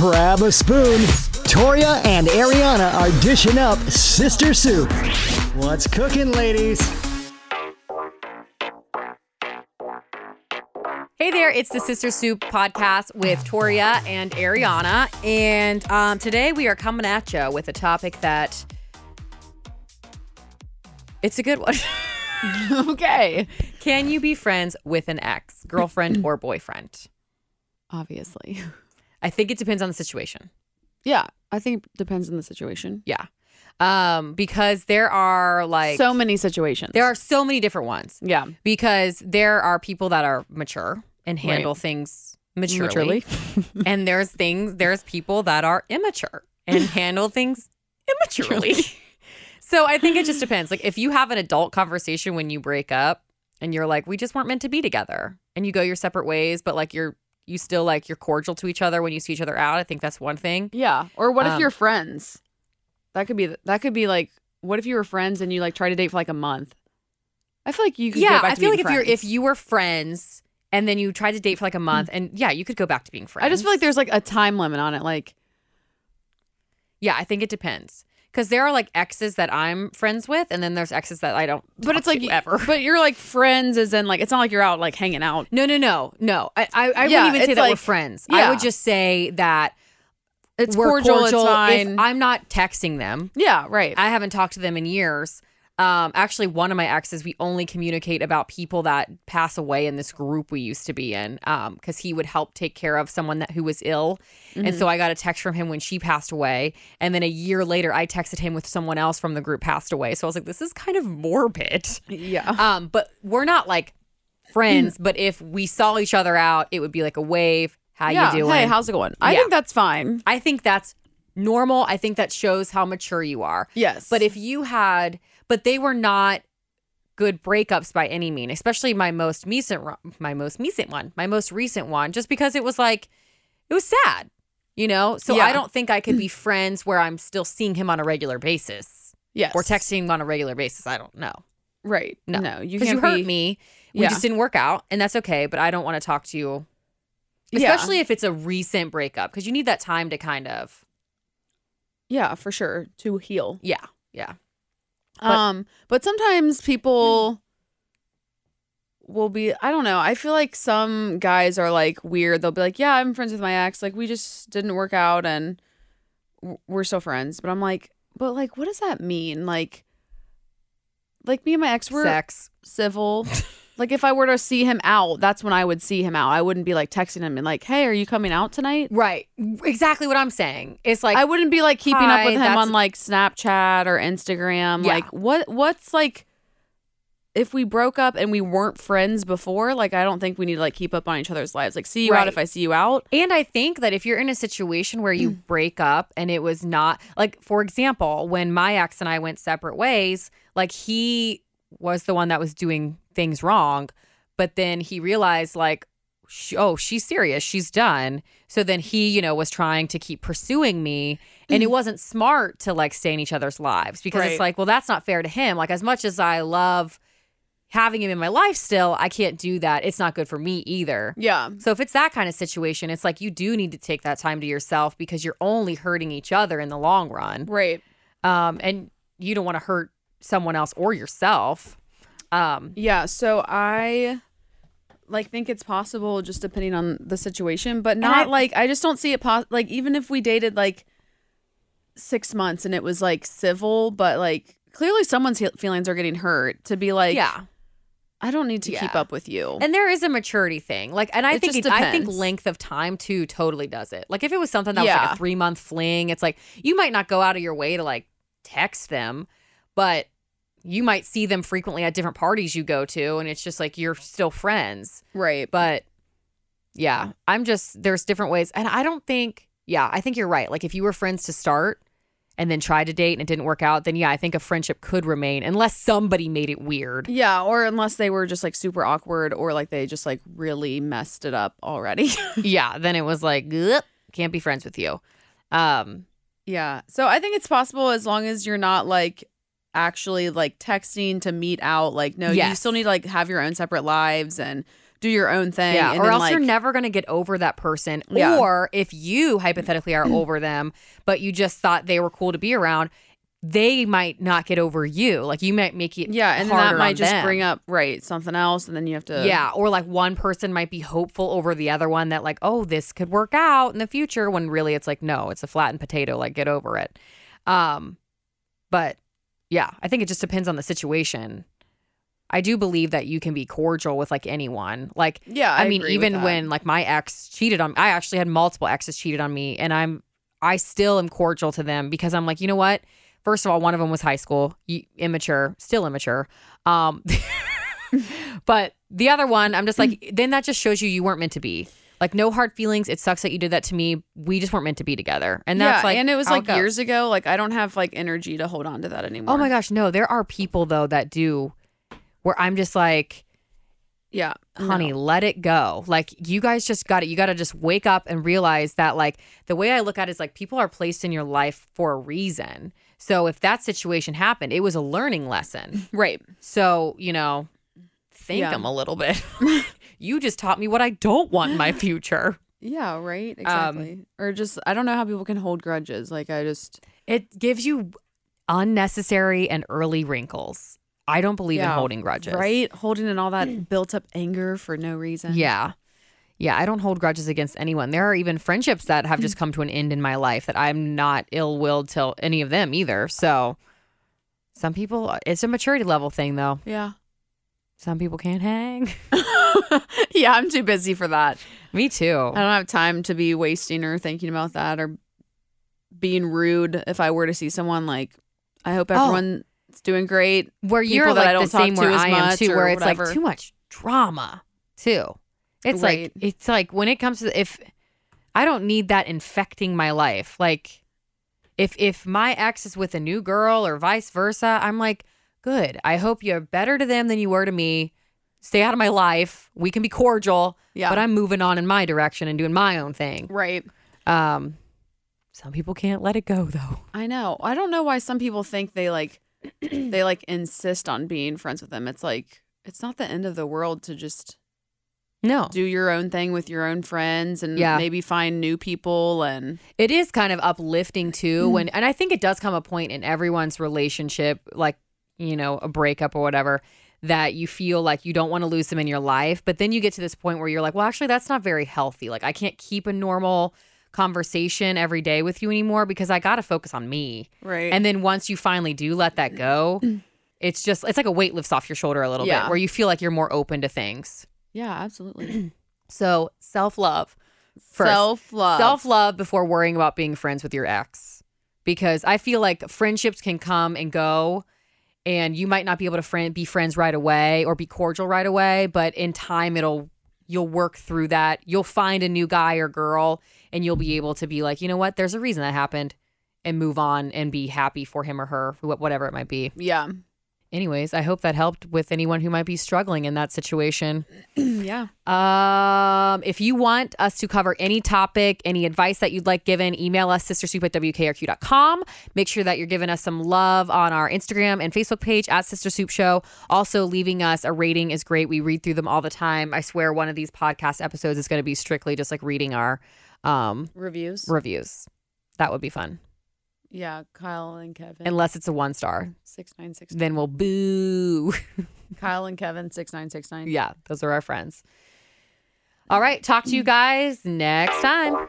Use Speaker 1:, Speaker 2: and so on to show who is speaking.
Speaker 1: grab a spoon. Toria and Ariana are dishing up sister soup. What's cooking, ladies?
Speaker 2: Hey there, it's the Sister Soup podcast with Toria and Ariana. And um, today we are coming at you with a topic that it's a good one.
Speaker 3: okay.
Speaker 2: Can you be friends with an ex, girlfriend or boyfriend?
Speaker 3: Obviously.
Speaker 2: I think it depends on the situation.
Speaker 3: Yeah. I think it depends on the situation.
Speaker 2: Yeah. Um, because there are like
Speaker 3: so many situations.
Speaker 2: there are so many different ones.
Speaker 3: Yeah.
Speaker 2: Because there are people that are mature and handle things maturely. and there's things there's people that are immature and handle things immaturely so i think it just depends like if you have an adult conversation when you break up and you're like we just weren't meant to be together and you go your separate ways but like you're you still like you're cordial to each other when you see each other out i think that's one thing
Speaker 3: Yeah. Or what
Speaker 2: Um,
Speaker 3: if you're friends? That could be that could be like what if you were friends and you like try to date for like a month? I feel like you could
Speaker 2: yeah
Speaker 3: get back
Speaker 2: i
Speaker 3: to
Speaker 2: feel like
Speaker 3: being
Speaker 2: if you're
Speaker 3: friends.
Speaker 2: if you were friends and then you tried to date for like a month and yeah you could go back to being friends
Speaker 3: I just feel like there's like a time limit on it like
Speaker 2: yeah i think it depends because there are like exes that i'm friends with and then there's exes that i don't
Speaker 3: but it's like
Speaker 2: ever
Speaker 3: but you're like friends as in like it's not like you're out like hanging out.
Speaker 2: No, no, no, no. I, I, I
Speaker 3: Yeah,
Speaker 2: wouldn't even say
Speaker 3: it's
Speaker 2: that we're
Speaker 3: like-
Speaker 2: friends. I
Speaker 3: yeah.
Speaker 2: would just say that
Speaker 3: It's
Speaker 2: we're cordial.
Speaker 3: cordial, it's fine.
Speaker 2: If I'm not texting them,
Speaker 3: yeah, right.
Speaker 2: I haven't talked to them in years. Um, actually, one of my exes, we only communicate about people that pass away in this group we used to be in, because he would help take care of someone that who was ill, and
Speaker 3: Mm-hmm.
Speaker 2: so I got a text from him when she passed away, and then a year later, I texted him with someone else from the group passed away. So I was like, this is kind of morbid.
Speaker 3: yeah.
Speaker 2: Um, but we're not like friends.
Speaker 3: Mm.
Speaker 2: but if we saw each other out, it would be like a wave. How
Speaker 3: yeah.
Speaker 2: you doing?
Speaker 3: Hey, how's it going? I
Speaker 2: Yeah.
Speaker 3: think that's fine.
Speaker 2: I think that's normal. I think that shows how mature you are.
Speaker 3: Yes.
Speaker 2: But if you had, but they were not good breakups by any mean, especially my most recent, ro- my most recent one, my most recent one, just because it was like, it was sad, you know. So
Speaker 3: Yeah.
Speaker 2: I don't think I could be friends where I'm still seeing him on a regular basis
Speaker 3: yes.
Speaker 2: or texting him on a regular basis. I don't know.
Speaker 3: Right.
Speaker 2: No.
Speaker 3: No. you
Speaker 2: because
Speaker 3: can't
Speaker 2: you hurt
Speaker 3: be-
Speaker 2: me. We
Speaker 3: Yeah.
Speaker 2: just didn't work out, and that's okay. But I don't want to talk to you,
Speaker 3: Yeah.
Speaker 2: especially if it's a recent breakup, because you need that time to kind of,
Speaker 3: Yeah, for sure. To heal.
Speaker 2: yeah, yeah, But-
Speaker 3: um, but sometimes people will be I don't know. I feel like some guys are like weird. They'll be like, "Yeah, I'm friends with my ex. Like we just didn't work out and w- we're still friends." But I'm like, "But like what does that mean? Like like me and my ex were
Speaker 2: sex.
Speaker 3: civil. like if I were to see him out, that's when I would see him out. I wouldn't be like texting him and like, "Hey, are you coming out tonight?"
Speaker 2: Right, exactly what I'm saying. It's like
Speaker 3: I wouldn't be like keeping
Speaker 2: hi,
Speaker 3: up with him
Speaker 2: that's-
Speaker 3: on like Snapchat or Instagram.
Speaker 2: Yeah.
Speaker 3: Like what what's like if we broke up and we weren't friends before, like I don't think we need to like keep up on each other's lives. Like see you
Speaker 2: Right.
Speaker 3: out if I see you out.
Speaker 2: And I think that if you're in a situation where you break up and it was not like, for example, when my ex and I went separate ways, like he was the one that was doing things wrong, but then he realized like, sh- oh, she's serious, she's done. So then he, you know, was trying to keep pursuing me, and it wasn't smart to like stay in each other's lives because it's
Speaker 3: Right.
Speaker 2: like, well, that's not fair to him. Like as much as I love having him in my life still, I can't do that. It's not good for me either.
Speaker 3: Yeah.
Speaker 2: So if it's that kind of situation, it's like you do need to take that time to yourself because you're only hurting each other in the long run.
Speaker 3: Right.
Speaker 2: Um, and you don't want to hurt someone else or yourself. Um,
Speaker 3: Yeah, so I like think it's possible just depending on the situation, but not
Speaker 2: I-
Speaker 3: like I just don't see it pos- like even if we dated like 6 months and it was like civil, but like clearly someone's he- feelings are getting hurt to be like
Speaker 2: yeah.
Speaker 3: I don't need to keep
Speaker 2: Yeah.
Speaker 3: up with you.
Speaker 2: And there is a maturity thing. Like, and I
Speaker 3: It
Speaker 2: think
Speaker 3: just
Speaker 2: it, I think
Speaker 3: depends.
Speaker 2: length of time too totally does it. Like if it was something that was like
Speaker 3: Yeah.
Speaker 2: a three month fling, it's like you might not go out of your way to like text them, but you might see them frequently at different parties you go to, and it's just like you're still friends.
Speaker 3: right.
Speaker 2: but yeah, I'm just there's different ways, and I don't think yeah, I think you're right. Like if you were friends to start and then tried to date and it didn't work out, then yeah, I think a friendship could remain unless somebody made it weird.
Speaker 3: yeah, or unless they were just like super awkward or like they just like really messed it up already.
Speaker 2: yeah, then it was like "Ugh, can't be friends with you. Um,
Speaker 3: yeah. So I think it's possible as long as you're not like actually like texting to meet out. Like, no, you
Speaker 2: Yes.
Speaker 3: still need to like have your own separate lives and do your own thing.
Speaker 2: Yeah,
Speaker 3: and
Speaker 2: or
Speaker 3: then,
Speaker 2: else you're
Speaker 3: like-
Speaker 2: never going to get over that person.
Speaker 3: Yeah.
Speaker 2: Or if you hypothetically are over them, but you just thought they were cool to be around, they might not get over you. Like you might make it
Speaker 3: Yeah, and
Speaker 2: harder
Speaker 3: that
Speaker 2: on
Speaker 3: might just
Speaker 2: them.
Speaker 3: bring up right something else, and then you have to
Speaker 2: yeah, or like one person might be hopeful over the other one that like, oh, this could work out in the future when really it's like, no, it's a flattened potato, like get over it. Um but yeah, I think it just depends on the situation. I do believe that you can be cordial with like anyone. Like
Speaker 3: yeah.
Speaker 2: I, mean,
Speaker 3: agree with
Speaker 2: even
Speaker 3: that.
Speaker 2: when like my ex cheated on I actually had multiple exes cheated on me and I'm I still am cordial to them because I'm like, you know what? First of all, one of them was high school, y- immature, still immature. Um but the other one, I'm just like then that just shows you you weren't meant to be. Like no hard feelings. It sucks that you did that to me. We just weren't meant to be together. And that's
Speaker 3: yeah,
Speaker 2: like
Speaker 3: and it was
Speaker 2: how
Speaker 3: like
Speaker 2: goes.
Speaker 3: years ago. Like I don't have like energy to hold on to that anymore.
Speaker 2: Oh my gosh, no, there are people though that do where I'm just like
Speaker 3: yeah,
Speaker 2: honey, let it go. Like you guys just got it. You got to just wake up and realize that like the way I look at it is like people are placed in your life for a reason. So if that situation happened, it was a learning lesson.
Speaker 3: no. right?
Speaker 2: So, you know, thank
Speaker 3: Yeah.
Speaker 2: them a little bit. you just taught me what I don't want in my future.
Speaker 3: Yeah, right.
Speaker 2: Um,
Speaker 3: Exactly. or just I don't know how people can hold grudges. Like I just
Speaker 2: It gives you unnecessary and early wrinkles. I don't believe in
Speaker 3: Yeah,
Speaker 2: holding grudges.
Speaker 3: right holding in all that built up anger for no reason.
Speaker 2: Yeah. Yeah, I don't hold grudges against anyone. There are even friendships that have just come to an end in my life that I'm not ill willed till any of them either. So some people, it's a maturity level thing though.
Speaker 3: Yeah.
Speaker 2: Some people can't hang.
Speaker 3: yeah, I'm too busy for that.
Speaker 2: Me too.
Speaker 3: I don't have time to be wasting or thinking about that or being rude if I were to see someone like I
Speaker 2: Oh.
Speaker 3: hope everyone's doing great.
Speaker 2: Where you're
Speaker 3: people that I
Speaker 2: like
Speaker 3: don't
Speaker 2: the same
Speaker 3: talk to
Speaker 2: where
Speaker 3: as
Speaker 2: I am
Speaker 3: much
Speaker 2: too,
Speaker 3: or
Speaker 2: where it's like
Speaker 3: whatever.
Speaker 2: too much drama too. It's
Speaker 3: Right.
Speaker 2: like, it's like when it comes to, if I don't need that infecting my life, like if if my ex is with a new girl or vice versa, I'm like, good. I hope you're better to them than you were to me. Stay out of my life. We can be cordial,
Speaker 3: Yeah.
Speaker 2: but I'm moving on in my direction and doing my own thing.
Speaker 3: right.
Speaker 2: Um, some people can't let it go though.
Speaker 3: I know. I don't know why some people think they like they like insist on being friends with them. It's like it's not the end of the world to just
Speaker 2: No,
Speaker 3: do your own thing with your own friends and
Speaker 2: Yeah.
Speaker 3: maybe find new people and
Speaker 2: it is kind of uplifting
Speaker 3: Mm-hmm.
Speaker 2: too. When and I think it does come a point in everyone's relationship, like you know, a breakup or whatever. That you feel like you don't want to lose them in your life, but then you get to this point where you're like, well, actually, that's not very healthy. Like, I can't keep a normal conversation every day with you anymore because I got to focus on me.
Speaker 3: right.
Speaker 2: And then once you finally do let that go, it's just, it's like a weight lifts off your shoulder a little
Speaker 3: Yeah.
Speaker 2: bit where you feel like you're more open to things.
Speaker 3: yeah, absolutely.
Speaker 2: So, self love first.
Speaker 3: Self love.
Speaker 2: Self love before worrying about being friends with your ex. Because I feel like friendships can come and go, and you might not be able to friend, be friends right away or be cordial right away, but in time, it'll you'll work through that. You'll find a new guy or girl, and you'll be able to be like, you know what, there's a reason that happened, and move on and be happy for him or her, wh- whatever it might be.
Speaker 3: Yeah.
Speaker 2: Anyways, I hope that helped with anyone who might be struggling in that situation.
Speaker 3: yeah.
Speaker 2: Um, if you want us to cover any topic, any advice that you'd like given, email us sistersoup at wkrq.com. Make sure that you're giving us some love on our Instagram and Facebook page at Sister Soup Show. Also, leaving us a rating is great. We read through them all the time. I swear, one of these podcast episodes is going to be strictly just like reading our um,
Speaker 3: Reviews.
Speaker 2: reviews. That would be fun,
Speaker 3: yeah, Kyle and Kevin.
Speaker 2: unless it's a one star.
Speaker 3: 6969.
Speaker 2: Then we'll boo.
Speaker 3: Kyle and Kevin 6969.
Speaker 2: yeah, those are our friends. All right, talk to you guys next time.